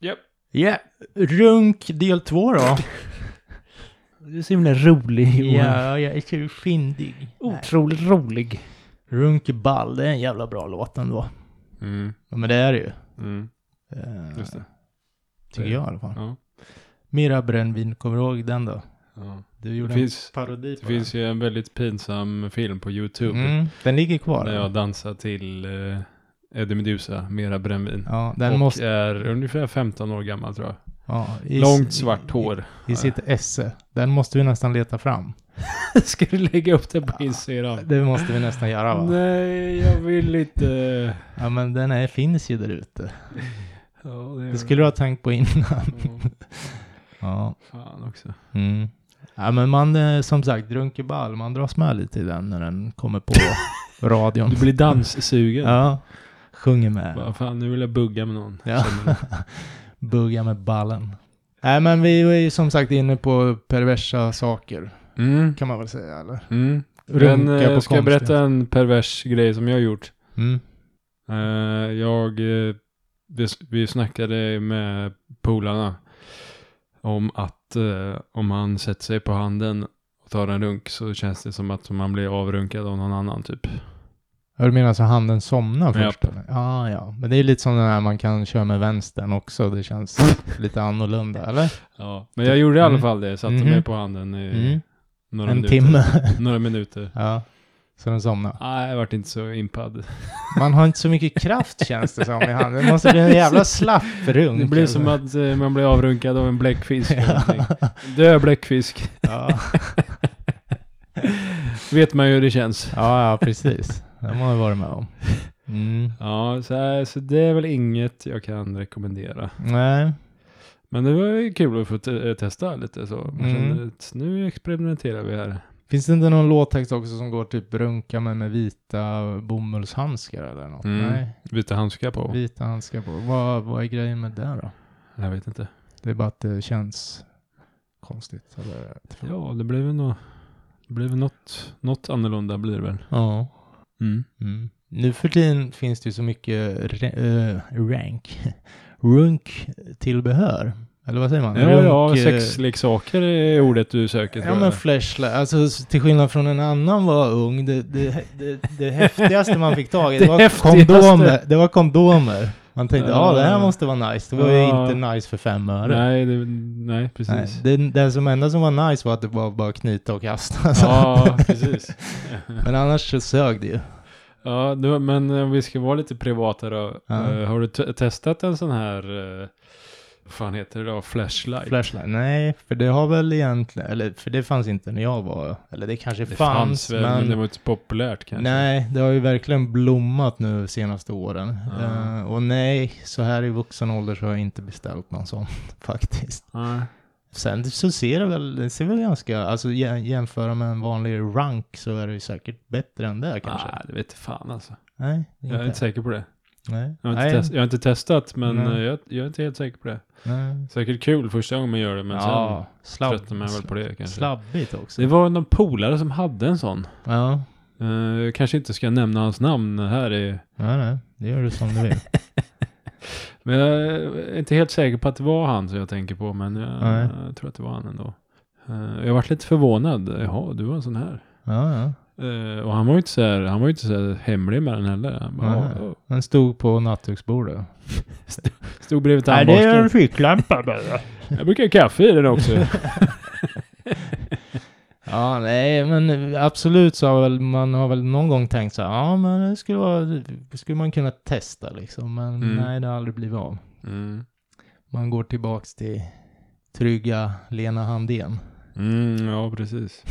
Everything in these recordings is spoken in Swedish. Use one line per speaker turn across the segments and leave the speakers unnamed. Japp.
Ja, runk del två då.
Du är så himla rolig
jag är så fyndig.
Otroligt rolig.
Runk är ball, det är en jävla bra låt ändå.
Mm,
Ja, Men det är det ju.
mm,
Eh,
just det.
Tycker jag i alla fall.
Ja.
Mira Brännvin, kommer du ihåg den då?
ja.
Du gjorde
Det finns,
en parodi på
det finns ju en väldigt pinsam film på
den.
YouTube.
Mm, den ligger kvar.
Där
eller?
jag dansar till eh, Eddie Meduza, Mera brännvin.
Ja, den
och
måste...
är ungefär 15 år gammal tror jag.
Ja, i,
Långt svart hår.
I, i sitt esse. Den måste vi nästan leta fram.
Ska du lägga upp det på Instagram?
Det måste vi nästan göra va?
Nej, jag vill inte.
Ja men den är, finns ju där ute.
Ja, det,
Det skulle du ha tänkt på innan.
Ja,
Ja.
Fan också.
Mm. Ja men man, eh, som sagt, drunker ball. Man dras med lite i den när den kommer på radion.
Du blir danssugen.
Ja. Sjunger med.
Bara, fan, nu vill jag bugga med någon.
Ja.
Känner
Bugga med ballen. Nej men vi är ju som sagt inne på perversa saker.
du. Mm.
Kan man väl säga eller?
Mm.
Runka
Men, eh,
på
ska jag
konstiga-
berätta en pervers grej som jag har gjort?
Mm.
Eh, jag, eh, vi, vi snackade med polarna om att eh, om man sätter sig på handen och tar en runk så känns det som att man blir avrunkad av någon annan typ.
Ja, du menar så handen somnar först?
Japp.
eller? Ja, ja. Men det är lite som den här man kan köra med vänstern också. Det känns lite annorlunda, eller?
Ja. Men jag gjorde i alla
Mm.
fall det, satte
Mhm.
mig på handen i
Mm.
några
En
minuter.
timme.
Några minuter.
ja. Så den somnar.
Nej, jag vart inte så impad.
Man har inte så mycket kraft känns det som i handen. Det måste bli en jävla slapp runk.
Det blir som
alltså.
att eh, man blir avrunkad av en bläckfisk. eller någonting. Dö bläckfisk.
Ja,
Vet man ju hur det känns.
ja, ja precis. Det har man varit med om. Mm.
Ja, så, här, så det är väl inget jag kan rekommendera.
Nej.
Men det var ju kul att få te- testa lite så. Man
Mm.
kände att nu experimenterar vi här.
Finns det inte någon låttext också som går typ runka med, med vita bomullshandskar eller något?
Mm.
Nej,
Byta handskar på.
vita handskar på. Vad, vad är grejen med det då?
Jag vet inte.
Det är bara att det känns konstigt. Eller?
Ja, det blev väl nå- det blev väl något, något annorlunda blir det väl.
Ja.
Mm.
Mm. Nu för tiden finns det ju så mycket re- eh, rank, runk tillbehör. Eller vad säger man?
Ja, ja,
Runk, eh,
sexleksaker är ordet du söker. tror
Ja
jag.
men flashlight, alltså s- till skillnad från en annan var ung, det, det, det, det häftigaste man fick tag i, det,
Det
var
häftigaste.
kondomer. Det var kondomer. Man tänkte, ja det här
Ja.
måste vara nice. Det var ju
Ja.
inte nice för fem öre.
Nej, det, nej precis.
Nej, det, det som enda som var nice var att det var bara knyta och kasta. Så.
Ja, precis.
Men annars så sög det ju.
Ja, du, men om vi ska vara lite privata då.
Ja.
eh, har du te- testat en sån här, eh, vad fan heter det då, flashlight?
Flashlight? Nej, för det har väl egentligen, eller för det fanns inte när jag var, eller det kanske
det
fanns,
fanns, väl, men, det var inte så populärt kanske.
nej, det har ju verkligen blommat nu de senaste åren.
Ja.
Eh, och nej, så här i vuxen ålder så har jag inte beställt någon sån faktiskt.
Nej.
Sen så ser det väl, det ser väl ganska, alltså jä- jämföra med en vanlig rank så är det ju säkert bättre än det kanske.
Nej, det vet fan alltså.
Nej,
Jag är inte säker på det.
Nej,
Jag har inte,
nej,
test, jag har inte testat, men
Nej.
eh, jag, jag är inte helt säker på det.
nej.
Säkert kul första gången man gör det, men
ja,
sen
slabb,
tröttnar man väl på det kanske.
Slabbigt också.
Det var någon polare som hade en sån.
Ja,
Eh, jag kanske inte ska nämna hans namn här i...
nej, nej, det gör du som du vill.
Men jag är inte helt säker på att det var han som jag tänker på, men jag,
Nej.
jag tror att det var han ändå. Eh, jag varit lite förvånad. Jaha, du var en sån här.
Ja, ja.
Eh, och han var ju inte så här, han var ju inte så här hemlig med den heller. Han bara,
Nej.
"Ja, ja."
Den stod på nattduksbordet.
Stod bredvid tandborsten.
ficklampa bara.
Jag brukar ha kaffe i den också.
ja, nej, men absolut så har väl, man har väl någon gång tänkt så här, ja men det skulle, vara, det skulle man kunna testa liksom, men
Mm.
nej det har aldrig blivit av.
Mm.
Man går tillbaks till trygga Lena Handén.
Mm, ja, precis.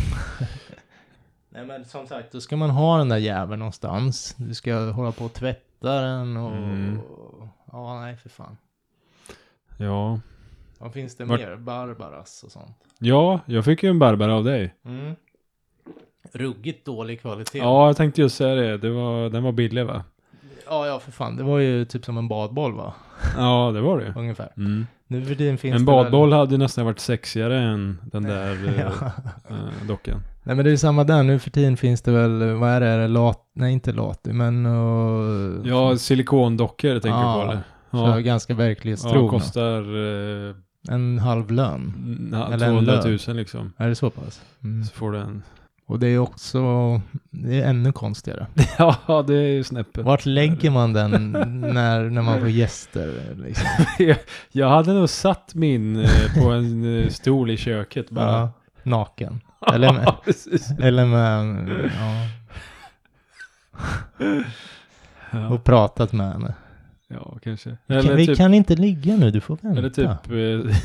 Nej men som sagt, då ska man ha den där jäveln någonstans. Du ska hålla på och tvätta den och...
Mm.
Ja, nej för fan.
Ja.
Vad finns det
Vart-
mer? Barbaras och sånt.
Ja, jag fick ju en Barbara av dig.
Mm. Ruggigt dålig kvalitet.
Ja, jag tänkte just säga det. det var, den var billig va?
ja, ja, för fan. Det var ju typ som en badboll va?
Ja, det var det ju.
Ungefär.
Mm.
Nu för tiden finns
En
det väl-
badboll hade ju nästan varit sexigare än den där eh,
Ja.
eh, dockan.
Nej men det är ju samma där, nu för tiden finns det väl, vad är det, är det lat, nej inte lat, men uh,
Ja, silikondockor tänker
Ja,
jag på det.
så
Ja,
ganska
ja,
verklighetstrogna.
kostar eh,
en halv lön.
na,
Eller en
200 000
lön.
liksom.
Är det så pass? Mm.
Så får du en.
Och det är också, det är ännu konstigare.
Ja, det är ju snäppet.
Vart lägger man den när, när man får gäster? Liksom?
Jag hade nog satt min eh, på en eh, stol i köket bara.
Ja, naken. Eller med,
Precis.
eller med ja,
Ja,
och pratat med henne.
ja, kanske.
Kan,
Eller
vi
typ,
kan inte ligga nu, du får vänta.
eller typ eh,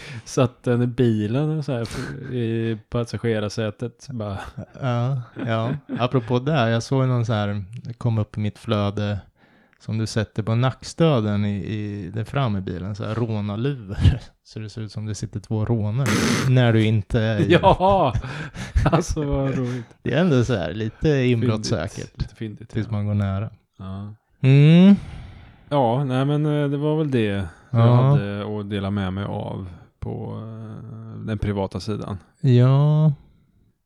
satt den i bilen och så här på- i passagerarsätet. Bara,
Ja, ja. Apropå det, jag såg någon så här, det kom upp i mitt flöde som du sätter på nackstöden i, i det fram i bilen, så här rånarluvor. Så det ser ut som det sitter två rånare när du inte är i.
ja! Alltså vad roligt.
Det är ändå så här lite inbrottssäkert.
Fyndigt. Lite fyndigt.
Tills
Ja.
man går nära.
Ja.
Mm.
ja, nej men eh, det var väl det jag
Ja.
hade att dela med mig av på eh, den privata sidan.
Ja.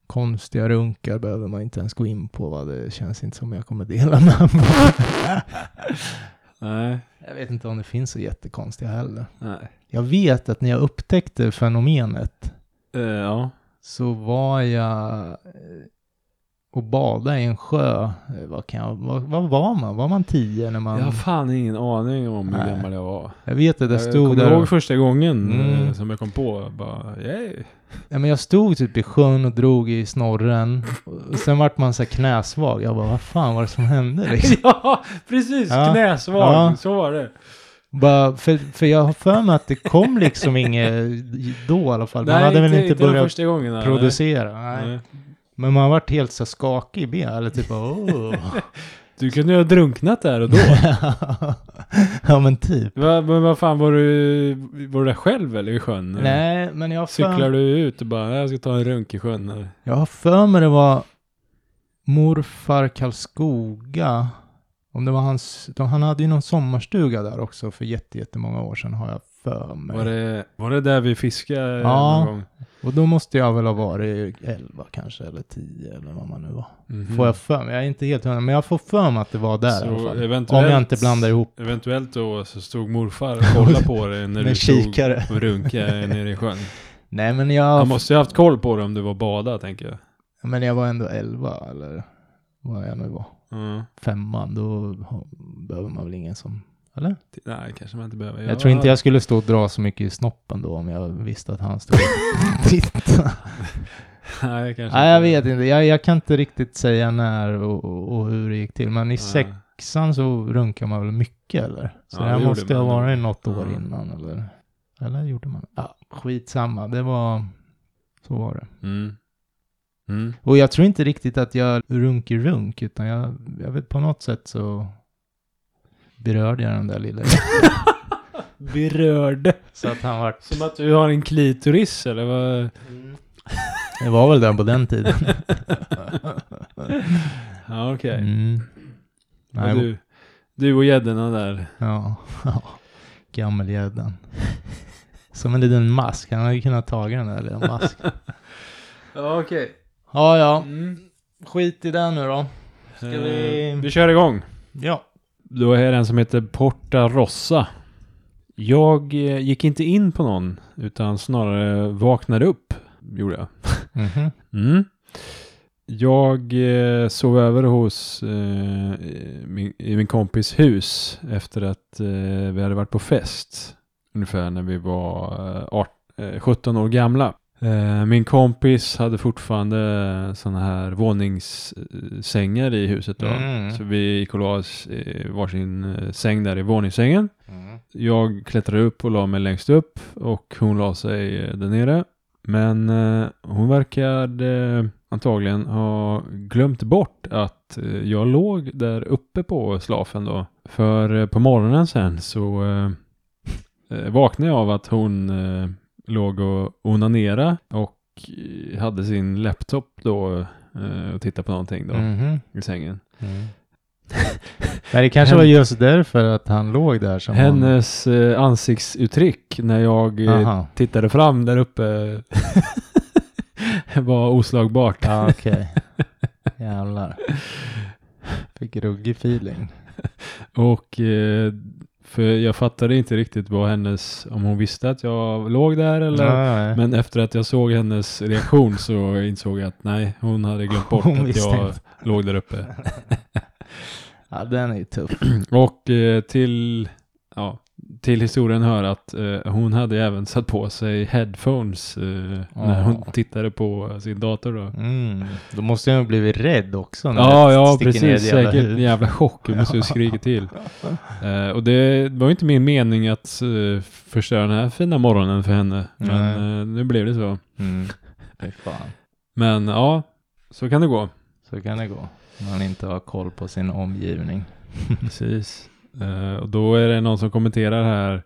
Konstiga runkar behöver man inte ens gå in på. Va? Det känns inte som jag kommer dela med mig.
Nej,
Jag vet inte om det finns så jättekonstiga heller.
nej.
Jag vet att när jag upptäckte fenomenet
Eh, ja.
så var jag eh, och badade i en sjö. Eh, Vad, kan jag, vad, vad var man? Var man tio när man...
Jag har fan ingen aning om hur
Nej.
gammal jag var.
Jag vet att jag
Jag
stod
kommer
där
ihåg
och,
första gången eh,
Mm.
som jag kom på. Bara, yay.
ja, men jag stod typ i sjön och drog i snorren. Och sen vart man så här knäsvag. Jag bara, vad fan var det som hände liksom?
ja, precis.
Ja.
Knäsvag.
Ja.
Så var det.
Bara, för, för jag har för mig att det kom liksom inget då i alla fall. Man hade väl inte,
den
börjat
första gången. nej.
producera. Nej.
Nej.
Men man vart helt så här skakig i benen. Eller typ, åh.
Du kunde ju ha drunknat där och då.
ja men typ.
Va, men vad fan, var du, var du där själv eller i sjön? eller?
Nej, men jag har
Cyklar
för,
du ut och bara, jag ska ta en runk i sjön eller?
jag har för mig det var morfar Karlskoga. Om det var hans, de, han hade ju någon sommarstuga där också för jätte, jättemånga år sedan har jag för mig.
Var det, var det där vi fiskade
Ja.
någon gång?
Och då måste jag väl ha varit 11 kanske eller 10 eller vad man nu var.
Mhm.
Får jag för mig, jag är inte helt hundra, men jag får för mig att det var där i alla
Så
fall.
eventuellt,
Om jag inte blandar ihop
Eventuellt då så stod morfar och kollade på dig när
med
du stod
kikare.
och runkade nere i sjön.
Nej men jag,
Han måste ju ha haft koll på dig om du var bada tänker jag.
men jag var ändå 11 eller vad jag nu var.
Mm.
femman, då har- behöver man väl ingen som... Eller?
T- Nej, kanske man inte behöver.
Jag tror inte jag skulle stå och dra så mycket i snoppen då om jag visste att han stod och tittade.
Nej, kanske
Nej, jag vet inte. Jag, jag kan inte riktigt säga när och, och, och hur det gick till. Men i
Nej.
sexan så runkar man väl mycket eller? Så det
Ja, det
här
gjorde
måste ha
man.
varit något år
Ja.
innan eller? Eller gjorde man? Ja, skitsamma. Det var... Så var det.
Mm. Mm.
Och jag tror inte riktigt att jag runk i runk, utan jag, jag vet på något sätt så berörde jag den där lilla
Berörde.
Så att han vart...
Som att du har en klitoris eller vad?
Det var väl den på den tiden.
Ja, okej.
Mm.
Och
Nej,
Du, du och gäddorna där.
Ja, ja. Gammelgäddan. Som en liten mask. Han hade ju kunnat ta den där lilla masken.
Ja, okej.
Ja, ja.
Mm.
Skit i den nu då.
Ska
vi-
Eh, vi kör igång.
Ja.
Då är det en som heter Porta Rossa. Jag eh, gick inte in på någon, utan snarare vaknade upp, gjorde jag.
Mhm.
Mm. Jag eh, sov över hos eh, i min, i min kompis hus efter att eh, vi hade varit på fest. Ungefär när vi var eh, art, eh, 17 år gamla. Eh, min kompis hade fortfarande sådana här våningssängar i huset då.
Mm.
Så vi gick och la oss i varsin eh, säng där i våningssängen.
Mm.
Jag klättrade upp och la mig längst upp och hon la sig eh, där nere. Men eh, hon verkade eh, antagligen ha glömt bort att eh, jag låg där uppe på slafen då. För eh, på morgonen sen så eh, eh, vaknade jag av att hon eh, låg och onanerade och eh, hade sin laptop då eh, och tittade på någonting då
Mhm.
i sängen.
Mm. Men det kanske var just därför att han låg där som hon...
Hennes eh, ansiktsuttryck när jag eh,
Aha.
tittade fram där uppe var oslagbart.
Ja, okej. Jävlar. Fick ruggig feeling.
Och eh, för jag fattade inte riktigt vad hennes, om hon visste att jag låg där eller
Ja, ja.
Men efter att jag såg hennes reaktion så insåg jag att nej, hon hade glömt bort
Hon
att
visste
jag
inte.
låg där uppe.
ja, den är ju tuff.
Och eh, till, ja, till historien hör att eh, hon hade även satt på sig headphones eh, när hon
Ah.
tittade på sin dator. Då.
Mm. Då måste jag ha blivit rädd också. När
Ja,
det
ja,
sticker ner
precis.
ett jävla
Säkert en
huvud.
jävla chock. Jag måste ju skrika till. Eh, och det var ju inte min mening att eh, förstöra den här fina morgonen för henne. Men
Nej.
eh, nu blev det så.
Mm. Fy fan.
Men ja, så kan det gå.
Så kan det gå. När man inte har koll på sin omgivning.
Precis. Eh, och då är det någon som kommenterar här.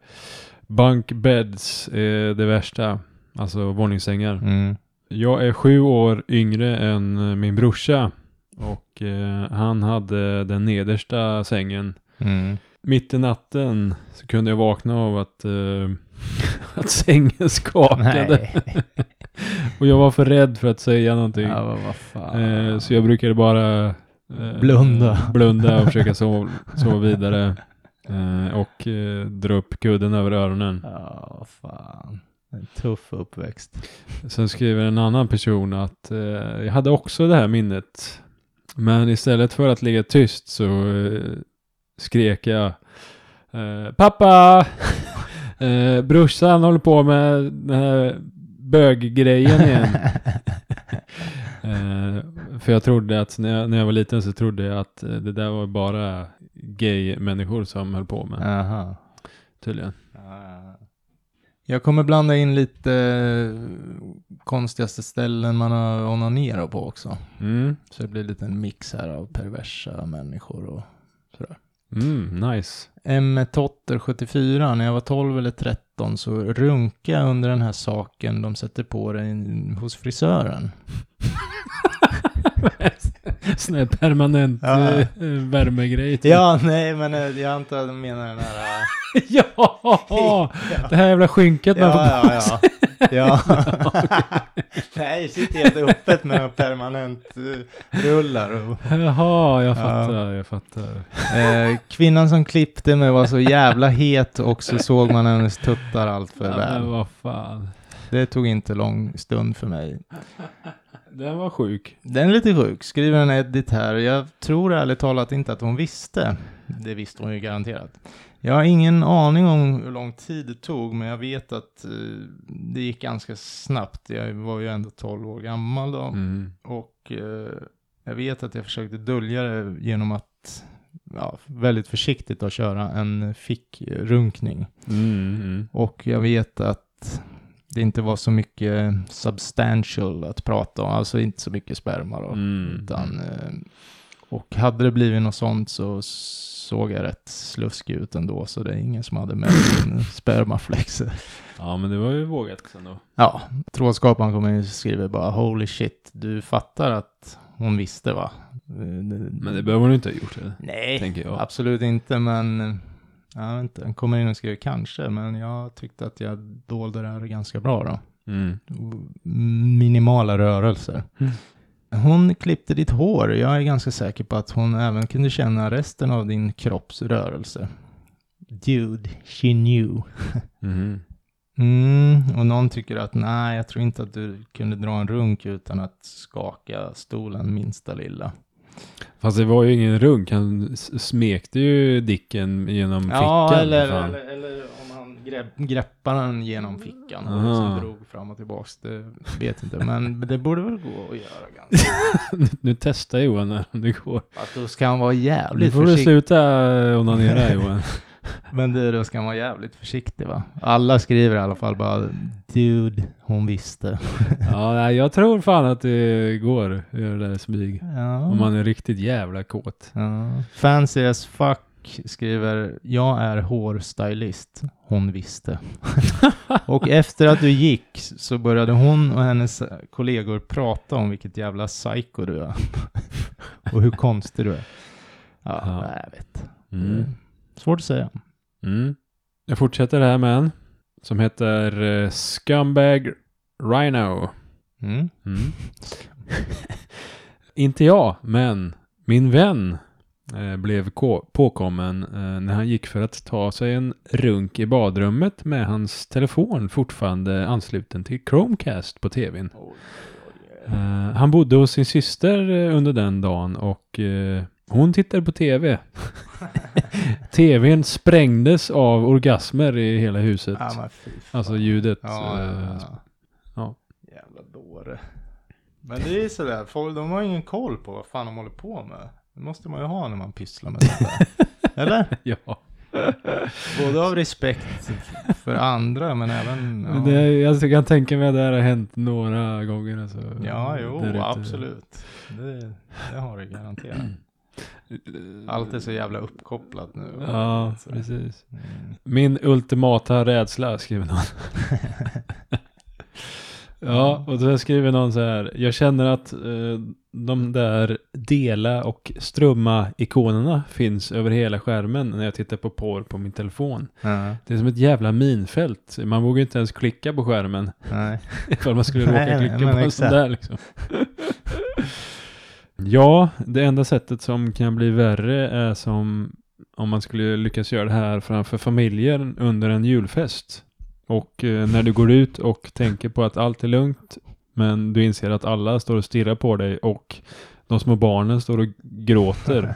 Bunk beds är det värsta. Alltså våningssängar.
Mm.
Jag är sju år yngre än eh, min brorsa. Och eh, han hade den nedersta sängen.
Mm.
Mitt i natten så kunde jag vakna av att, eh, att sängen skakade.
Nej,
Och jag var för rädd för att säga någonting.
ja, vad, vad fan.
Eh, så jag brukade bara eh,
Blunda.
blunda och försöka sova, sova vidare. Eh, och eh, dra upp kudden över öronen.
Ja, vad fan. En tuff uppväxt.
Sen skriver en annan person att eh, jag hade också det här minnet. Men istället för att ligga tyst så eh, skrek jag eh, Pappa! eh, brorsan håller på med den här böggrejen igen. Eh, för jag trodde att, när jag, när jag var liten så trodde jag att eh, det där var bara gay-människor som höll på med,
Aha.
tydligen.
Ja. Jag kommer blanda in lite eh, konstigaste ställen man har onanerat på också.
Mm,
Så det blir lite en mix här av perversa människor och sådär.
mm nice.
M. Totter 74, när jag var 12 eller 13 så runka jag under den här saken de sätter på dig hos frisören.
Sån här permanent
Ja.
eh, värmegrej. typ.
Ja, nej, men eh, jag antar att de menar den här... eh,
ja! Det här jävla skynket man får
Ja, ja, ja. ja. nej, sitter helt öppet med permanent eh, rullar och
Jaha, jag
Ja.
fattar, jag fattar.
Eh, kvinnan som klippte mig var så jävla het och så såg man hennes tuttar allt för
Ja, men
väl.
vad fan.
Det tog inte lång stund för mig.
Den var sjuk.
Den är lite sjuk, skriver en edit här. Jag tror ärligt talat inte att hon visste. Det visste hon ju garanterat. Jag har ingen aning om hur lång tid det tog, men jag vet att eh, det gick ganska snabbt. Jag var ju ändå 12 år gammal då.
Mm.
Och eh, jag vet att jag försökte dölja det genom att ja, väldigt försiktigt att köra en fickrunkning.
Mm, mm.
Och jag vet att det inte var så mycket substantial att prata om, alltså inte så mycket sperma då.
Mm.
Utan, eh, och hade det blivit något sånt så såg jag rätt sluskig ut ändå, så det är ingen som hade med sin spermaflex.
Ja, men det var ju vågat ändå.
Ja, trådskaparen kommer in och skriver bara holy shit, du fattar att hon visste va?
Men det behöver hon inte ha gjort,
Eh,
eller?
Nej,
tänker jag.
absolut inte, men eh, jag vet inte, den kommer in och skriver kanske, men jag tyckte att jag dolde det här ganska bra då.
Mm.
Minimala rörelser.
Mm.
Hon klippte ditt hår. Jag är ganska säker på att hon även kunde känna resten av din kropps rörelse. Dude, she knew.
Mhm.
Mm, och någon tycker att nej, jag tror inte att du kunde dra en runk utan att skaka stolen minsta lilla.
Fast det var ju ingen runk, han s- smekte ju dicken genom fickan.
ja, eller,
fan.
eller, eller om han grepp, greppade den genom fickan och
Ah.
liksom drog fram och tillbaks. Det vet inte, men det borde väl gå att göra ganska.
Nu testar Johan här om det går.
Att då ska han vara
Nu
jävligt
får du
försiktig.
sluta onanera Johan.
Men du, då ska han vara jävligt försiktig va? Alla skriver i alla fall bara dude, hon visste.
Ja, nej, jag tror fan att det går att göra det där smyg.
Ja.
Om man är riktigt jävla kåt.
Ja. Fancy as fuck och skriver “Jag är hårstylist, hon visste”. och efter att du gick så började hon och hennes kollegor prata om vilket jävla psycho du är. och hur konstig du är. Ja,
Ja.
nej, jag vet.
Mm.
Svårt att säga.
Mm. Jag fortsätter här med en som heter eh, Scumbag Rhino.
Mm.
Mm. Inte jag, men min vän eh, blev k- påkommen eh, när han gick för att ta sig en runk i badrummet med hans telefon fortfarande ansluten till Chromecast på tvn. Eh, han bodde hos sin syster eh, under den dagen och eh, hon tittade på tv. tvn sprängdes av orgasmer i hela huset.
Ja, men fy fan.
Alltså ljudet.
Ja,
eh,
ja, ja.
ja.
Jävla dåre. Men det är ju sådär, folk, de har ju ingen koll på vad fan de håller på med. Det måste man ju ha när man pysslar med sånt där. Eller?
ja.
Både av respekt för andra men även... Ja,
Men Det, är- jag kan tänka mig att det här har hänt några gånger. Alltså,
ja jo,
Det är rätt, eh,
absolut. Det, det har det garanterat. Allt är så jävla uppkopplat nu.
Ja,
Så.
precis.
Mm.
Min ultimata rädsla, skriver någon. ja, och då skriver någon så här. Jag känner att eh, de där dela och strömma-ikonerna finns över hela skärmen när jag tittar på porr på min telefon.
Ja,
Det är som ett jävla minfält. Man vågar ju inte ens klicka på skärmen.
nej.
Ifall man skulle råka
Nej,
klicka
men
på en sån
exakt.
där liksom. ja, det enda sättet som kan bli värre är som om man skulle lyckas göra det här framför familjen under en julfest. Och eh, när du går ut och tänker på att allt är lugnt, men du inser att alla står och stirrar på dig och de små barnen står och gråter.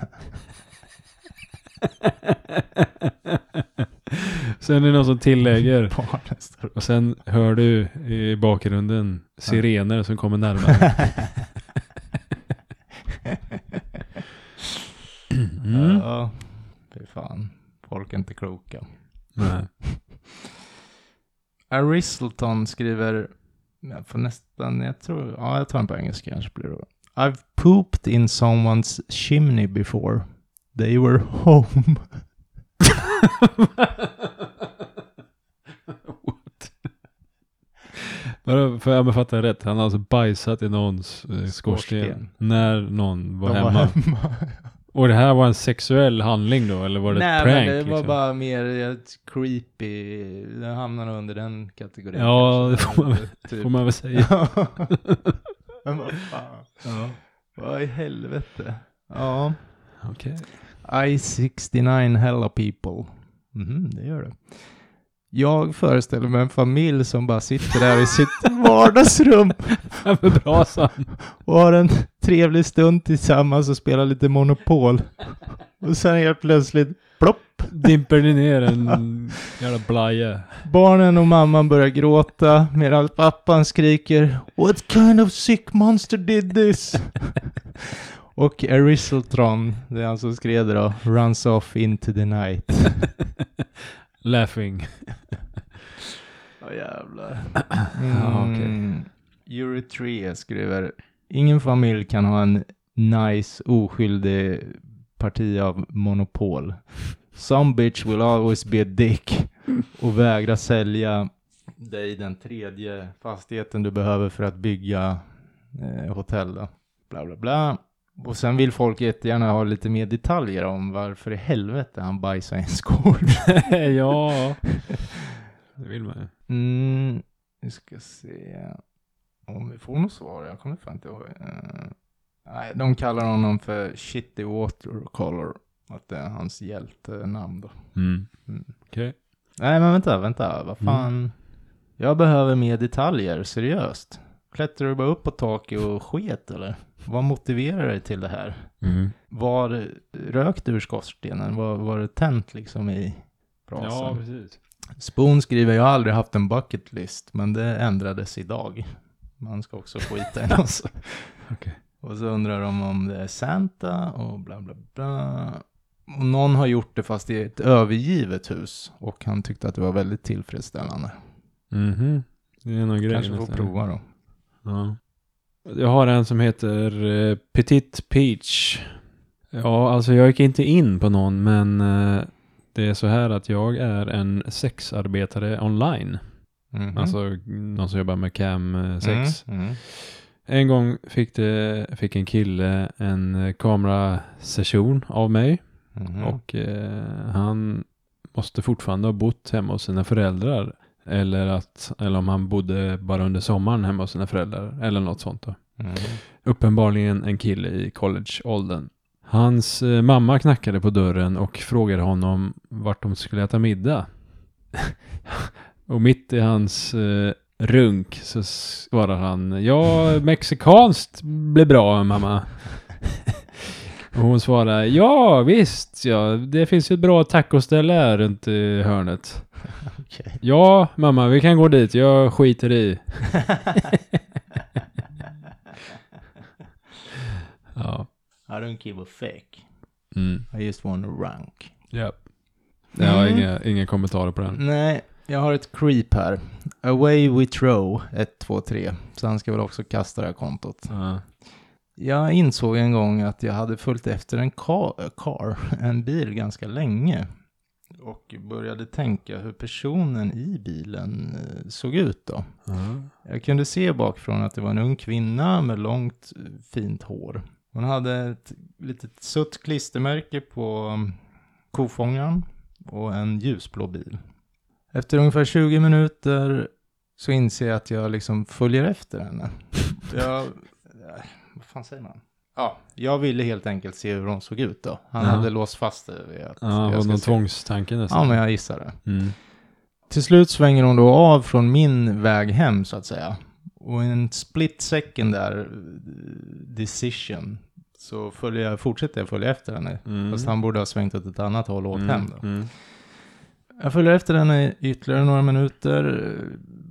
Sen är det någon som tillägger.
Barnen står
Och sen hör du i bakgrunden sirener som kommer närmare. Mm.
Ja, fy fan. Folk är inte kloka.
Nej.
Aristleton skriver, jag får nästan, jag tror, ja jag tar den på engelska kanske blir det bra. I've pooped in someone's chimney before. They were home.
What? Vadå, för jag fattar rätt. Han har alltså bajsat i någons eh, skorsten.
Skorsten.
När någon var
De
hemma. Och det här var en sexuell handling då? Eller var det
Nej
ett prank?
men det var
liksom?
bara mer ett creepy, det hamnar nog under den kategorin.
Ja,
kanske.
det får man-
Typ.
Får man väl säga.
men vad fan. Vad i helvete. Ja.
Okej.
I-69 Hello People. Mhm, det gör det. Jag föreställer mig en familj som bara sitter där i sitt vardagsrum
Ja, men Bra Sam.
och har en trevlig stund tillsammans och spelar lite Monopol. Och sen helt plötsligt, plopp,
Dimper ni ner en jävla blaja.
barnen och mamman börjar gråta medan pappan skriker What kind of sick monster did this? och Aristotron, det är han som skrev det då, runs off into the night.
Laughing.
Ja jävlar.
Ja, okej.
Mm. Eurytrea skriver. Ingen familj kan ha en nice oskyldig parti av monopol. Some bitch will always be a dick och vägra sälja dig den tredje fastigheten du behöver för att bygga eh, hotell. Då. Bla bla bla. Och sen vill folk jättegärna ha lite mer detaljer om varför i helvete han bajsade i en skål.
ja. Det vill man ju.
Mm, vi ska se om vi får något svar. Jag kommer fan inte ihåg. Eh, nej, de kallar honom för Shitty Watercolor. Att det är hans hjältenamn då.
Mm.
Mm.
Okej.
Nej, men vänta, vänta. Vad fan. Jag behöver mer detaljer, seriöst. Klättrar du bara upp på taket och sket eller? Vad motiverar dig till det här? Var rökt ur skorstenen? Var, var det tänt liksom i brasan?
Ja, precis.
Spoon skriver, jag har aldrig haft en bucket list, men det ändrades idag. Man ska också skita i något.
Okej.
Och så undrar de om det är Santa och bla bla bla. Och någon har gjort det fast i ett övergivet hus. Och han tyckte att det var väldigt tillfredsställande.
Mhm. Det är någon grej.
Mm-hmm. Kanske får
nästan.
prova då.
Ja. Jag har en som heter eh, Petit Peach. Ja, alltså jag gick inte in på någon, men eh, det är så här att jag är en sexarbetare online.
Mhm.
Alltså någon som jobbar med cam 6.
Mm, mm.
En gång fick, det, fick en kille en eh, kamerasession av mig
Mhm.
och eh, han måste fortfarande ha bott hemma hos sina föräldrar. Eller, att, eller om han bodde bara under sommaren hemma hos sina föräldrar eller något sånt då.
Mm.
Uppenbarligen en kille i collegeåldern. Hans eh, mamma knackade på dörren och frågade honom vart de skulle äta middag. och mitt i hans eh, runk så svarar han Ja, mexikanskt blir bra mamma. och hon svarar Ja, visst ja, det finns ju ett bra tacoställe här runt i hörnet.
Okej.
Ja, mamma, vi kan gå dit. Jag skiter i. ja.
I don't give a fuck.
Mm.
I just want a rank.
Ja. Jag har
Mm.
inga, inga kommentarer på den.
Nej, jag har ett creep här. Away we throw, 1, 2, 3. Så han ska väl också kasta det här kontot.
Ja.
Jag insåg en gång att jag hade följt efter en car, car en bil ganska länge. Och började tänka hur personen i bilen eh, såg ut då. Jag kunde se bakifrån att det var en ung kvinna med långt eh, fint hår. Hon hade ett litet sutt klistermärke på mm, kofångaren och en ljusblå bil. Efter ungefär 20 minuter så inser jag att jag liksom följer efter henne. Jag, eh, vad fan säger man? Ja, jag ville helt enkelt se hur hon såg ut då. Han
Ja.
hade låst fast det vid att
Ja,
jag
var
ska
någon
se-
tvångstanke nästan.
Ja, men jag gissar det.
Mm.
Till slut svänger hon då av från min väg hem så att säga. Och i en split second där eh, decision så följer jag, fortsätter jag följa efter henne.
Mm.
Fast han borde ha svängt åt ett annat håll och åkt hem då.
Mm.
Jag följer efter henne i ytterligare några minuter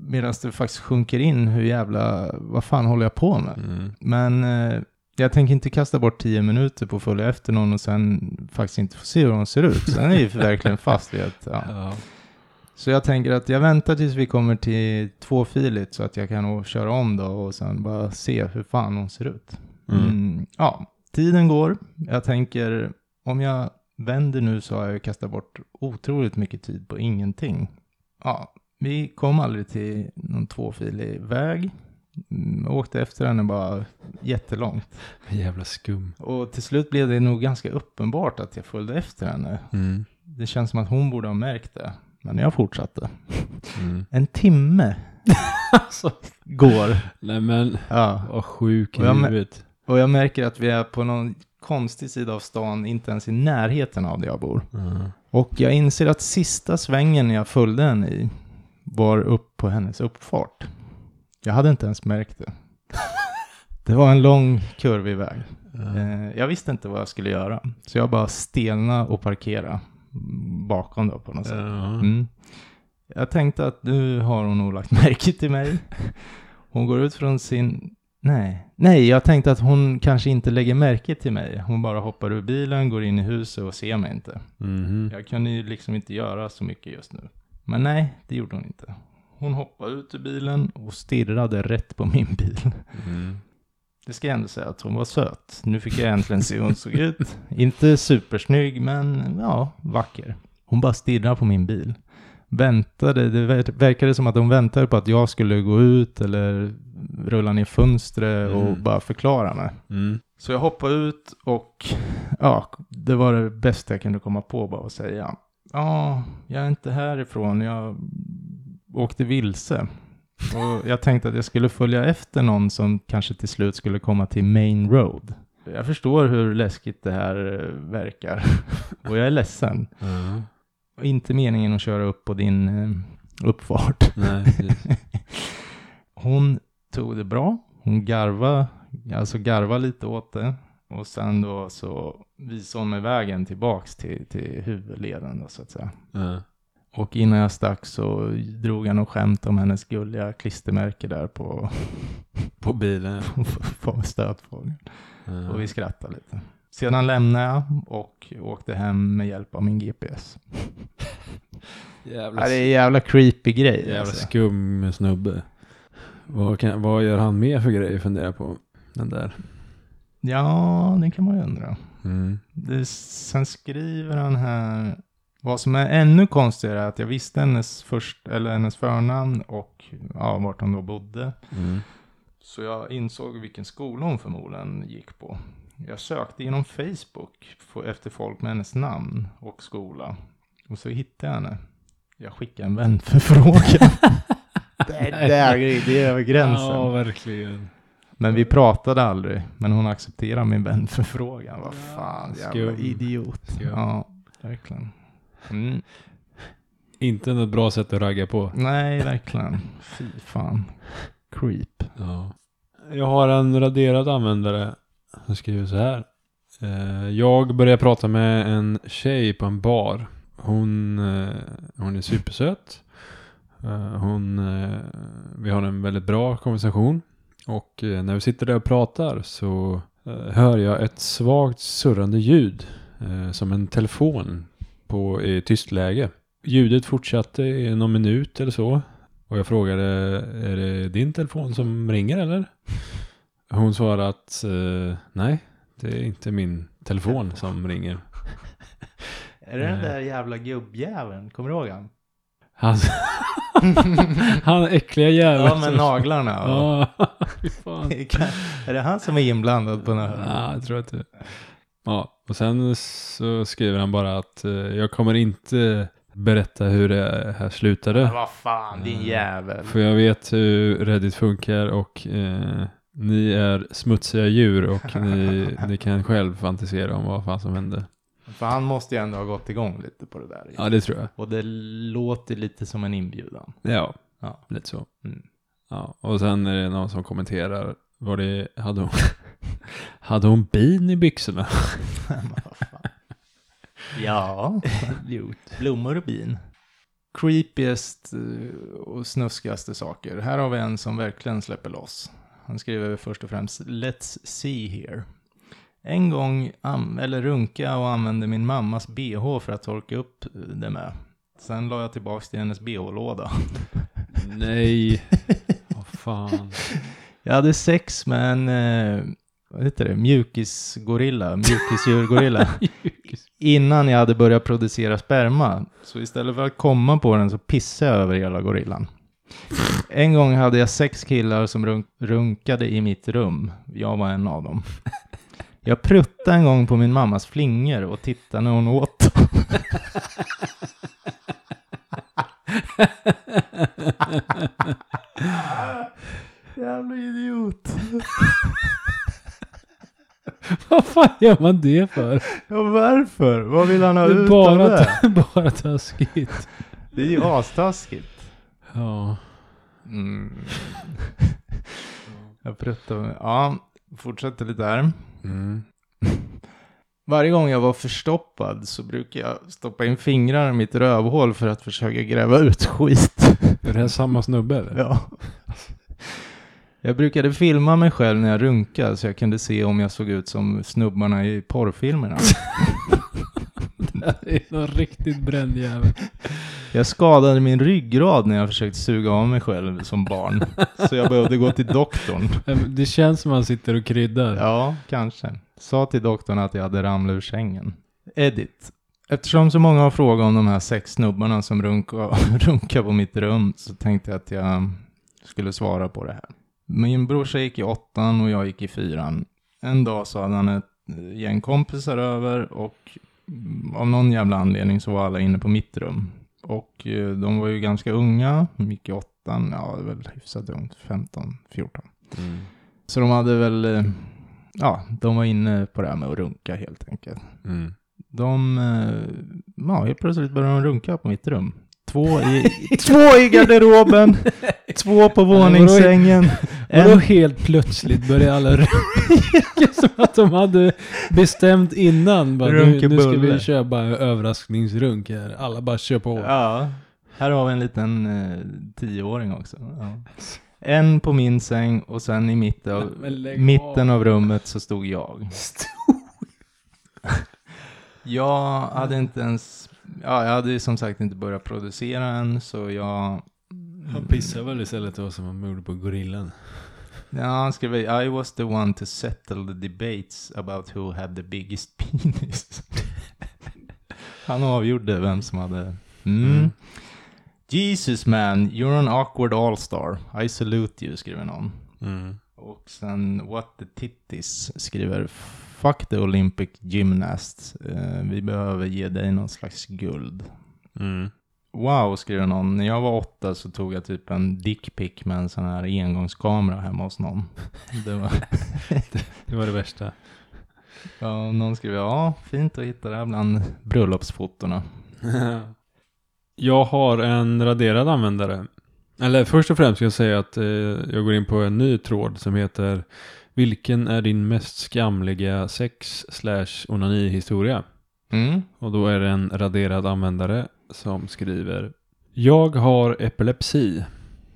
medan det faktiskt sjunker in hur jävla, vad fan håller jag på med?
Mm.
Men eh, jag tänker inte kasta bort tio minuter på att följa efter någon och sen faktiskt inte få se hur hon ser ut. Sen är ju verkligen fast vid att, ja.
Ja.
Så jag tänker att jag väntar tills vi kommer till tvåfiligt så att jag kan nog köra om då och sen bara se hur fan hon ser ut.
Mm.
Mm, ja, tiden går. Jag tänker, om jag vänder nu så har jag ju kastat bort otroligt mycket tid på ingenting. Ja, vi kom aldrig till någon tvåfilig väg. Mm, jag åkte efter henne bara jättelångt.
Jävla skum.
Och till slut blev det nog ganska uppenbart att jag följde efter henne.
Mm.
Det känns som att hon borde ha märkt det. Men jag fortsatte.
Mm.
En timme
alltså.
går.
Nej men,
Ja.
vad sjuk i
Och jag med-
huvudet.
Och jag märker att vi är på någon konstig sida av stan, inte ens i närheten av där jag bor.
Ja.
Och jag inser att sista svängen jag följde henne i var upp på hennes uppfart. Jag hade inte ens märkt det. Det var en lång kurvig väg. Eh, Jag visste inte vad jag skulle göra, så jag bara stelna och parkera mm, bakom då på
Eh.
något sätt.
Ja.
Mm. Jag tänkte att nu har hon nog lagt märke till mig. Hon går ut från sin... Nej. Nej, jag tänkte att hon kanske inte lägger märke till mig. Hon bara hoppar ur bilen, går in i huset och ser mig inte.
Mhm.
Jag kunde ju liksom inte göra så mycket just nu. Men nej, det gjorde hon inte. Hon hoppade ut ur bilen och stirrade rätt på min bil.
Mm.
Det ska jag ändå säga att hon var söt. Nu fick jag äntligen se hur hon såg ut. Inte supersnygg, men ja, vacker. Hon bara stirrade på min bil. Väntade, det ver- verkade som att hon väntade på att jag skulle gå ut eller rulla ner fönstret och
Mm.
bara förklara mig.
Mm.
Så jag hoppade ut och ja, det var det bästa jag kunde komma på bara att säga. Ja, jag är inte härifrån, jag åkte vilse. Och jag tänkte att jag skulle följa efter någon som kanske till slut skulle komma till Main Road. Jag förstår hur läskigt det här eh, verkar och jag är ledsen.
Ja.
Och Inte meningen att köra upp på din eh, uppfart.
Nej, precis.
Hon tog det bra. Hon garva, alltså garva lite åt det. Och sen då så visade hon mig vägen tillbaks till, till huvudleden då, så att säga.
Ja.
Och innan jag stack så drog jag något skämt om hennes gulliga klistermärke där på,
På bilen.
på stötfågeln.
Ja.
Och vi skrattade lite. Sedan lämnade jag och åkte hem med hjälp av min GPS.
Jävla,
Ja, det är en jävla creepy grej.
jävla
alltså.
skum snubbe. Vad, kan, vad gör han mer för grejer funderar jag på. Den där.
Ja, det kan man ju undra.
Mm.
Det, sen skriver han här, vad som är ännu konstigare är att jag visste hennes, först, eller hennes förnamn och ja, vart hon då bodde.
Mm.
Så jag insåg vilken skola hon förmodligen gick på. Jag sökte genom Facebook fo- efter folk med hennes namn och skola. Och så hittade jag henne. Jag skickade en vänförfrågan. det, där, det är över gränsen.
Ja, verkligen.
Men vi pratade aldrig. Men hon accepterade min vänförfrågan. Vad
Ja,
fan, jävla
skum.
idiot.
Skum.
Ja, verkligen. Mm.
Inte något bra sätt att ragga på.
Nej, verkligen. Fy fan. Creep.
Ja. Jag har en raderad användare som skriver så här. Eh, Jag började prata med en tjej på en bar. Hon, eh, hon är supersöt. Eh, Hon, eh, vi har en väldigt bra konversation. Och eh, när vi sitter där och pratar så eh, hör jag ett svagt surrande ljud. eh, Som en telefon på, i tyst läge. Ljudet fortsatte i någon minut eller så. Och jag frågade, är det din telefon som ringer eller? Hon svarade att eh, nej, det är inte min telefon som ringer.
Är
det den där
jävla gubbjäveln? Kommer du ihåg han?
Han, han äckliga jäveln.
Ja, med naglarna. och-
Ja, fy fan.
är det han som är inblandad på den här?
Ja, jag tror att det. Ja, och sen så skriver han bara att eh, jag kommer inte berätta hur det här slutade.
Vad fan, din jävel.
För jag vet hur Reddit funkar och eh, ni är smutsiga djur och ni, ni kan själv fantisera om vad fan som hände.
För han måste ju ändå ha gått igång lite på det där.
Ja, det tror jag.
Och det låter lite som en inbjudan.
Ja,
Ja.
lite så.
Mm.
Ja, och sen är det någon som kommenterar vad det hade hon. Hade hon bin i byxorna?
ja, blommor och bin. Creepiest eh, och snuskigaste saker. Här har vi en som verkligen släpper loss. Han skriver först och främst Let's see here. En gång am- eller runka och använde min mammas bh för att torka upp eh, det med. Sen la jag tillbaks till hennes bh-låda.
Nej. Vad fan.
Jag hade sex med en, eh, vad heter det, mjukisgorilla, mjukisdjurgorilla. innan jag hade börjat producera sperma. Så istället för att komma på den så pissade jag över hela gorillan. En gång hade jag sex killar som runk- runkade i mitt rum. Jag var en av dem. Jag pruttade en gång på min mammas flingor och tittade när hon åt dem. Jävla idiot.
Vad fan gör man det för?
Ja, varför? Vad vill han ha
Det är
ut av
bara,
det?
bara taskigt.
Det är ju astaskigt.
Ja.
Mm. jag pruttar. Ja, fortsätter lite här.
Mm.
Varje gång jag var förstoppad så brukar jag stoppa in fingrar i mitt rövhål för att försöka gräva ut skit.
Är det här samma snubbe eller?
ja. Jag brukade filma mig själv när jag runkade så jag kunde se om jag såg ut som snubbarna i porrfilmerna.
Det är någon riktigt bränd jävel.
Jag skadade min ryggrad när jag försökte suga av mig själv som barn. Så jag behövde gå till doktorn.
Nej, men Det känns som han sitter och kryddar.
Ja, kanske. Sa till doktorn att jag hade ramlat ur sängen. Edit. Eftersom så många har frågat om de här sex snubbarna som runkar runka på mitt rum så tänkte jag att jag skulle svara på det här. Min brorsa gick i åttan och jag gick i fyran. En dag så hade han ett eh, gäng kompisar över och mm, av någon jävla anledning så var alla inne på mitt rum. Och eh, de var ju ganska unga, de gick i åttan, ja det är väl hyfsat ungt, 15, 14.
Mm.
Så de hade väl, eh, ja, de var inne på det här med att runka helt enkelt.
Mm.
De, eh, ja, helt plötsligt började de runka på mitt rum. Två i, två i garderoben, två på våningssängen.
Och
En,
då helt plötsligt började alla runka som att de hade bestämt innan. Bara, nu, nu ska
Runkebulle.
vi köra bara överraskningsrunk här. Alla bara kör på.
ja, här har vi en liten eh, tioåring också. Ja. En på min säng och sen i mitt av,
Men lägg
mitten
av.
av rummet så stod jag. Jag hade inte ens, ja, jag hade ju som sagt inte börjat producera än så jag
Han pissade väl istället då som han gjorde på gorillan.
Ja, han skriver I was the one to settle the debates about who had the biggest penis. han avgjorde vem som hade... Mm.
Mm.
Jesus man, you're an awkward all-star. I salute you, skriver någon.
Mm.
Och sen What the Titties skriver Fuck the Olympic Gymnast. Eh, vi behöver ge dig någon slags guld.
Mm.
Wow, skriver någon. När jag var åtta så tog jag typ en dickpic med en sån här engångskamera hemma hos någon. Det var,
Det var det värsta.
ja, och någon skriver ja, fint att hitta det här bland bröllopsfotona.
jag har en raderad användare. Eller först och främst ska jag säga att eh, jag går in på en ny tråd som heter Vilken är din mest skamliga sex slash onani-historia?
Mm.
Och då är det en raderad användare som skriver Jag har epilepsi.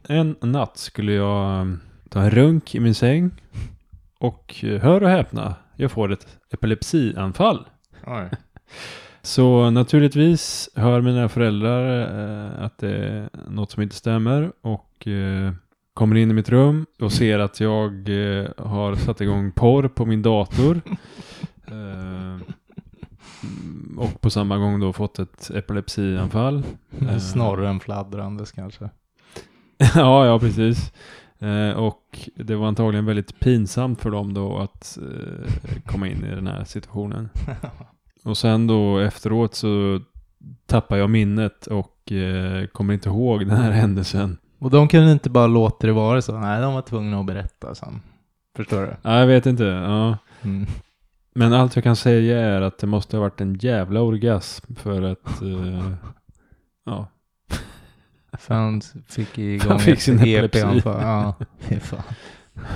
En natt skulle jag eh, ta en runk i min säng och eh, hör och häpna, jag får ett epilepsianfall.
Oj.
Så naturligtvis hör mina föräldrar eh, att det är något som inte stämmer och eh, kommer in i mitt rum och ser att jag eh, har satt igång porr på min dator. Eh, mm, och på samma gång då fått ett epilepsianfall. Eh.
Snorren fladdrandes kanske.
ja, ja precis. Eh, och det var antagligen väldigt pinsamt för dem då att eh, komma in i den här situationen. Och sen då efteråt så tappar jag minnet och eh, kommer inte ihåg den här händelsen.
Och de kunde inte bara låta det vara så. Nej, de var tvungna att berätta sen. Förstår du?
Ja, jag vet inte. Ja.
Mm.
Men allt jag kan säga är att det måste ha varit en jävla orgasm för att... Eh, ja.
För han fick igång
Han fick
ett E
sin epilepsi.
EP-anfall. Ja, fy fan.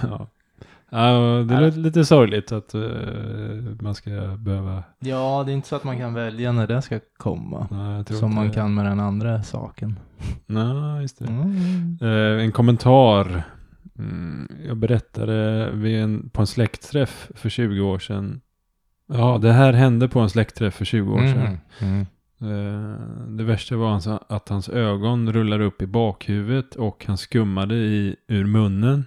ja. Ja, det
Ja.
är lite- lite sorgligt att eh, man ska behöva...
Ja, det är inte så att man kan välja när det ska komma.
Nej, jag tror
Som
inte-
man kan med den andra saken.
Nej, just det.
Mm.
Eh, en kommentar. Mm, jag berättade vid en, på en släktträff för 20 år sedan. Ja, det här hände på en släktträff för 20 år sedan.
Mm. Mm.
Eh, det värsta var hans, att hans ögon rullade upp i bakhuvudet och han skummade i, ur munnen.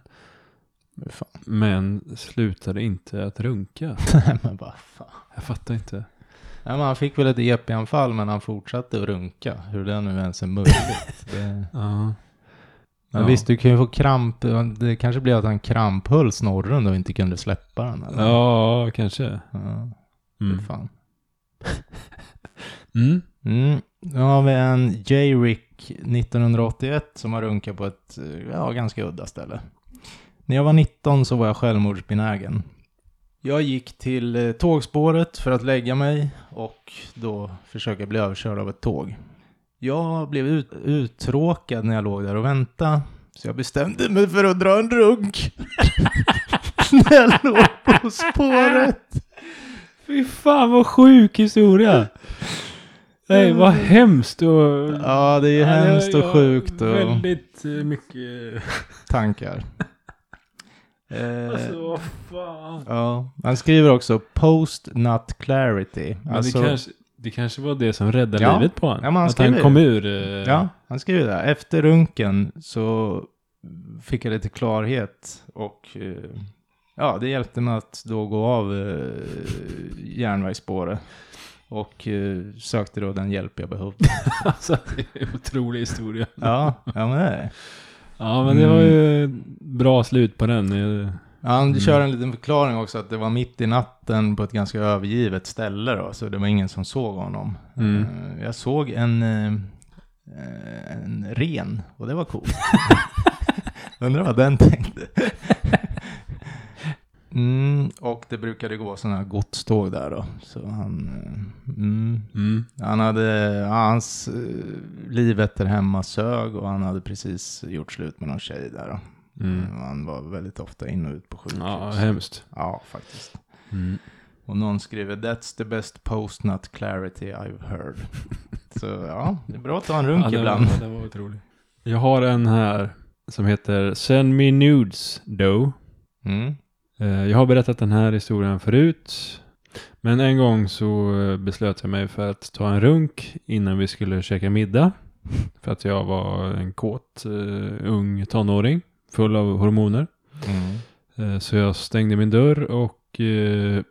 Fy Fan.
Men slutade inte att runka.
Nej, men vad fan.
Jag fattar inte.
Nej, men han fick väl ett EP-anfall men han fortsatte att runka. Hur det nu ens är möjligt. det...
Ja.
Men
Ja.
visst, du kan ju få kramp. Det kanske blev att han kramphöll snorren och inte kunde släppa den. Eller?
Ja, kanske.
ja
Mm.
fy fan.
Mm.
Mm. Nu har vi en J-Rick 1981 som har runkat på ett eh, ja, ganska udda ställe. När jag var 19 så var jag självmordsbenägen. Jag gick till eh, tågspåret för att lägga mig och då försöka bli överkörd av ett tåg. Jag blev ut- uttråkad när jag låg där och väntade så jag bestämde mig för att dra en runk. när jag låg på spåret.
Fy fan vad sjuk historia. Nej, vad hemskt och...
Ja, det är ju
Ja,
hemskt
jag-
och sjukt. Och...
Väldigt eh, mycket...
tankar. Eh,
Alltså, vad fan.
Ja, han skriver också post not clarity.
Men
Alltså,
det, kanske, det kanske var det som räddade
Ja.
livet på honom.
Ja, men han
att han
skriver
kom ur... eh,
ja, han skriver det. här. Efter runken så fick jag lite klarhet och eh, ja, det hjälpte mig att då gå av eh, järnvägsspåret. Och eh, sökte då den hjälp jag behövde.
Alltså, det är en otrolig historia.
Ja, ja men det är det.
Ja, men det
Mm.
var ju bra slut på den. eh.
Han kör en liten förklaring också att det var mitt i natten på ett ganska övergivet ställe då, så det var ingen som såg honom.
Mm.
Eh, Jag såg en, eh, eh, en ren och det var coolt. Undrar vad den tänkte. Mm, och det brukade gå sådana här godståg där då. Så han, eh, mm,
Mm.
han hade, ja, hans eh, liv efter hemma sög och han hade precis gjort slut med någon tjej där då.
Mm.
Och Han Eh, var väldigt ofta in och ut på sjukhus.
Ja, hemskt.
Ja, faktiskt.
Mm.
Och någon skriver That's the best post-nut clarity I've heard. Så ja, det är bra att ta en runk
Ja, den,
ibland.
var- den var otrolig. Jag har en här som heter Send me nudes, though.
Mm.
Eh, Jag har berättat den här historien förut. Men en gång så eh, beslöt jag mig för att ta en runk innan vi skulle käka middag. För att jag var en kåt eh, ung tonåring. Full av hormoner.
Mm.
Eh, Så jag stängde min dörr och eh,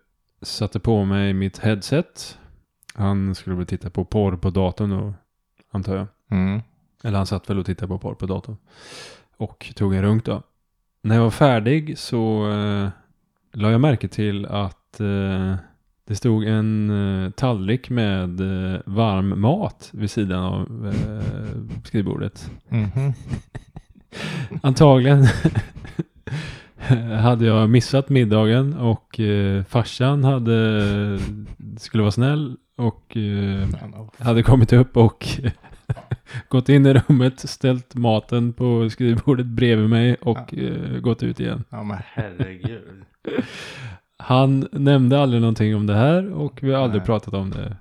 satte på mig mitt headset. Han skulle väl titta på porr på datorn då, antar jag.
Mm.
Eller han satt väl och tittade på porr på datorn. Och tog en runk då. När jag var färdig så eh, la jag märke till att eh, det stod en eh, tallrik med eh, varm mat vid sidan av eh, skrivbordet.
Mhm.
Antagligen hade jag missat middagen och eh, farsan hade, skulle vara snäll och eh,
Men, oh,
hade kommit upp och gått in i rummet, ställt maten på skrivbordet bredvid mig och eh, gått ut igen.
Ja men herregud.
Han nämnde aldrig någonting om det här och vi har aldrig
Nej.
pratat om det.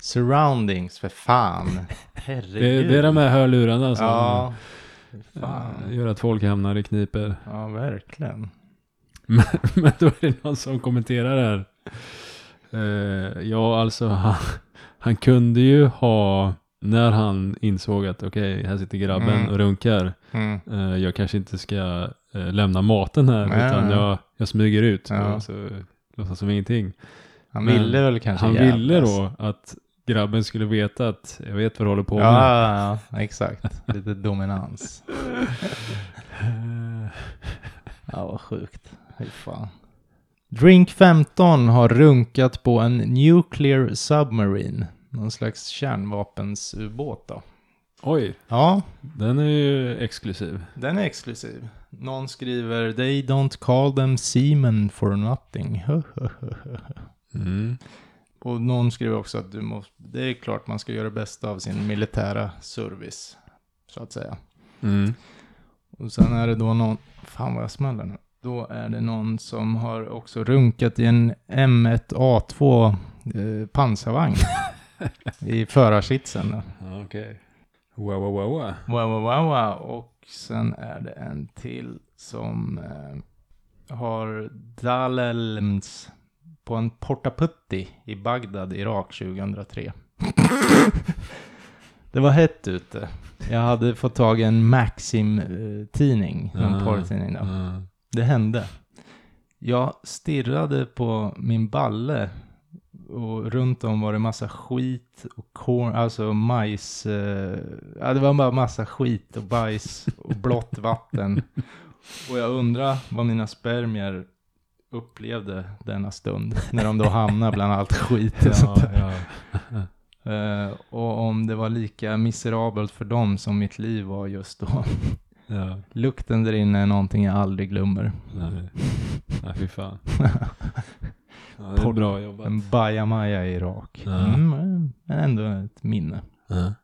Surroundings för fan. Herregud.
Det, det är de här hörlurarna som
Ja.
eh,
Fan.
gör att folk hamnar i kniper.
Ja verkligen.
Men då är det någon som kommenterar här. Eh, ja, alltså han, han kunde ju ha, när han insåg att okej, här sitter grabben
Mm.
och runkar.
Mm.
Eh, jag kanske inte ska eh, lämna maten här,
Nej,
utan
nej.
jag, jag smyger ut.
Ja.
Och så låtsas som ingenting.
Han
Men
ville väl kanske alltså.
han
jävlas.
ville då att grabben skulle veta att jag vet vad du håller på
Ja,
med.
ja, ja, exakt. Lite dominans.
Eh,
Ja, vad sjukt. Fy fan. Drink 15 har runkat på en nuclear submarine. Någon slags kärnvapensubåt då.
Oj,
Ja,
den är ju exklusiv.
den är exklusiv. Någon skriver “They don't call them seamen for nothing”.
Mm.
Och någon skriver också att du måste, det är klart man ska göra det bästa av sin militära service. Så att säga.
Mm.
Och sen är det då någon, fan vad jag smäller nu. Då är det någon som har också runkat i en M1A2 eh, pansarvagn. I förarsitsen. då.
Ja, Okej. Wow, wow, wow, wow.
Wow, wow, wow, wow. Och sen är det en till som eh, har Dalelms på en portaputti i Bagdad, Irak 2003. det var hett ute. Jag hade fått tag i en Maxim-tidning,
Ah,
en porrtidning då.
Ja.
Det hände. Jag stirrade på min balle och runt om var det massa skit och korn, alltså majs. Eh, ja, det var bara massa skit och bajs och blått vatten. Och jag undrar vad mina spermier upplevde denna stund när de då hamnar bland allt skit och sånt där.
ja.
Eh, och om det var lika miserabelt för dem som mitt liv var just då.
ja.
Lukten där inne är någonting jag aldrig glömmer.
Nej. Nej, fy fan. Ja, det är
Porr.
bra jobbat.
En bajamaja i Irak.
Ja.
Mm, men ändå ett minne.
Ja.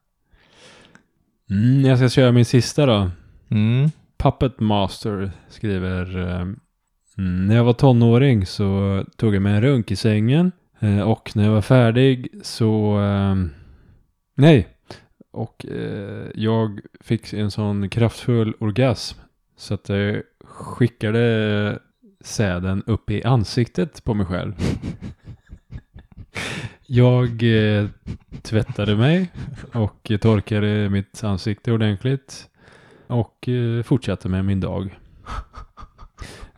Mm, jag ska köra min sista då.
Mm.
Puppet Master skriver. eh, Mm, när jag var tonåring så tog jag mig en runk i sängen. eh, Och när jag var färdig så... eh, Nej! Och eh, jag fick en sån kraftfull orgasm. Så att jag skickade säden upp i ansiktet på mig själv. Jag eh, tvättade mig och torkade mitt ansikte ordentligt och eh, fortsatte med min dag.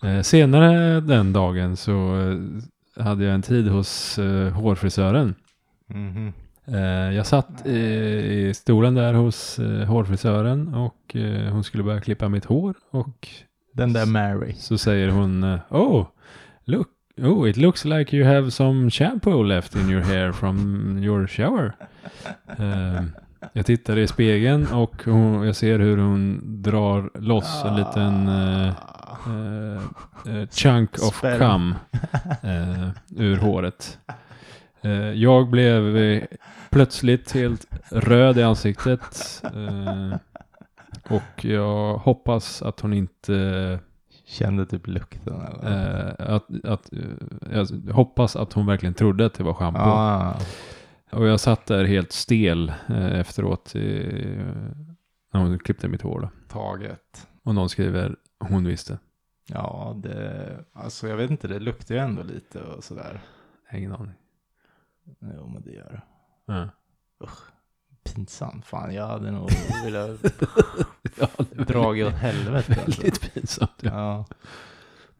Eh, senare den dagen så eh, hade jag en tid hos eh, hårfrisören.
Mhm.
Eh, jag satt i, i stolen där hos eh, hårfrisören och eh, hon skulle börja klippa mitt hår och
Den där Mary.
så säger hon eh, Oh, look, oh, it looks like you have some shampoo left in your hair from your shower. Eh, jag tittar i spegeln och hon, jag ser hur hon drar loss en liten
Ah.
eh, eh, eh, chunk of
Sperm.
cum eh, ur håret. Eh, jag blev eh, plötsligt helt röd i ansiktet. Eh, och jag hoppas att hon inte
Kände typ lukten eller?
Eh, att, att, eh, jag hoppas att hon verkligen trodde att det var schampo.
ah.
Och jag satt där helt stel eh, efteråt eh, när hon klippte mitt hår. Då.
Taget.
Och någon skriver, hon visste.
Ja, det, alltså jag vet inte, det luktar ju ändå lite och sådär.
Ingen aning.
Jo, men det gör det.
Ja.
Pinsamt. Fan, jag hade nog velat
ja, det var
dragit åt helvete. Alltså.
Väldigt pinsamt. Ja.
Ja.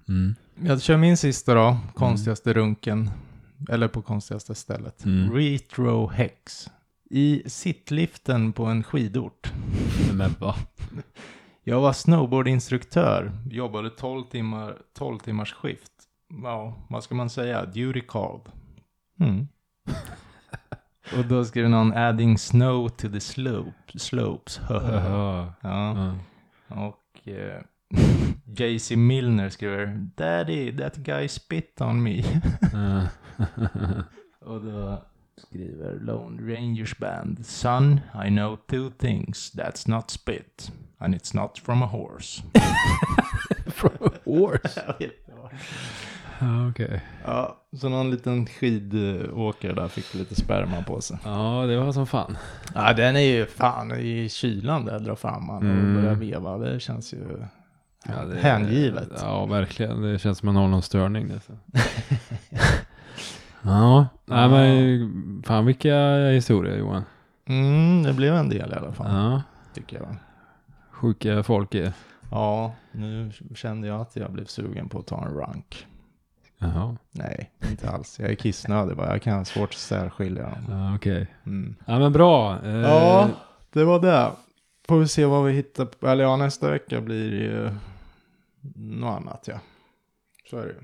Mm.
Jag kör min sista då, konstigaste runken. Eller på konstigaste stället.
Mm.
Retro Hex. I sittliften på en skidort.
Men va?
Jag var snowboardinstruktör, jobbade 12 timmar, 12 timmars skift. Ja, vad ska man säga? Duty called. Mm. Och då skriver någon adding snow to the slope, slopes.
Jaha.
ja.
Ja.
Och eh, JC Milner skriver Daddy, that guy spit on me.
Ja.
Och då skriver Lone Rangers Band Son, I know two things. That's not spit. And it's not from a horse.
From a horse. Ja, okej.
Ja, så någon liten skidåkare där fick lite sperma på sig.
Ja, det var som fan.
Ja, den är ju fan i kylan där, drar fram man
Mm.
och börjar veva. Det känns ju
Ja, det-
hängivet.
Ja, verkligen. Det känns som man har någon störning. Alltså. ja, nej, men fan vilka historier Johan.
Mm, det blev en del i alla fall,
Ja,
tycker jag.
sjuka folk är.
Ja, nu kände jag att jag blev sugen på att ta en rank.
Jaha,
Nej, inte alls. Jag är kissnödig bara. Jag kan ha svårt att särskilja dem.
ja, okej.
Mm.
Ja, men bra. Eh,
Ja, det var det. Får vi se vad vi hittar. på- Eller ja, nästa vecka blir det ju något annat, ja. Så är det ju.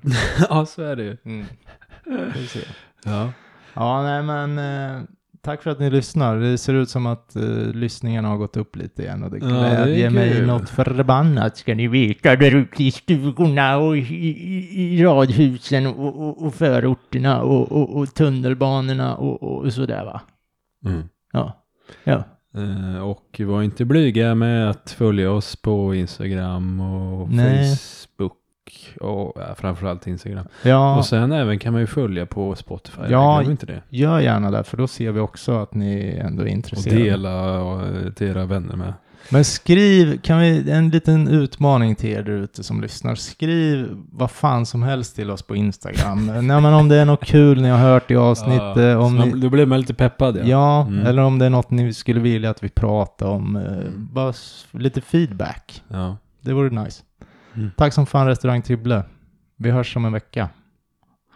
ja, så är det ju.
Mm. Får vi se.
Ja.
Ja, nej men eh, tack för att ni lyssnar. Det ser ut som att eh, lyssningarna har gått upp lite igen och det
Ja, det är
glädjer mig
kul.
något förbannat ska ni veta där ute i stugorna och i, i, i radhusen och, och, och förorterna och, och, och tunnelbanorna och, och, och sådär va.
Mm.
Ja, ja.
Eh, och var inte blyga med att följa oss på Instagram och
Nej.
Facebook. Och ja, framförallt Instagram.
ja
Och sen även kan man ju följa på Spotify.
Ja,
Glöm inte det.
gör gärna det för då ser vi också att ni ändå är
Och
intresserade.
dela eh, till era vänner med.
Men skriv, kan vi, en liten utmaning till er där ute som lyssnar. Skriv vad fan som helst till oss på Instagram. Nej men om det är något kul ni har hört i avsnittet.
Ja,
eh, om
så man-
ni,
Då blir man lite peppad ja.
ja,
Mm.
eller om det är något ni skulle vilja att vi pratar om. eh, Bara s- lite feedback.
Ja.
Det vore nice.
Mm.
Tack som fan restaurang Tibble. Vi hörs om en vecka.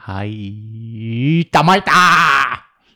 Hej! Tamajta!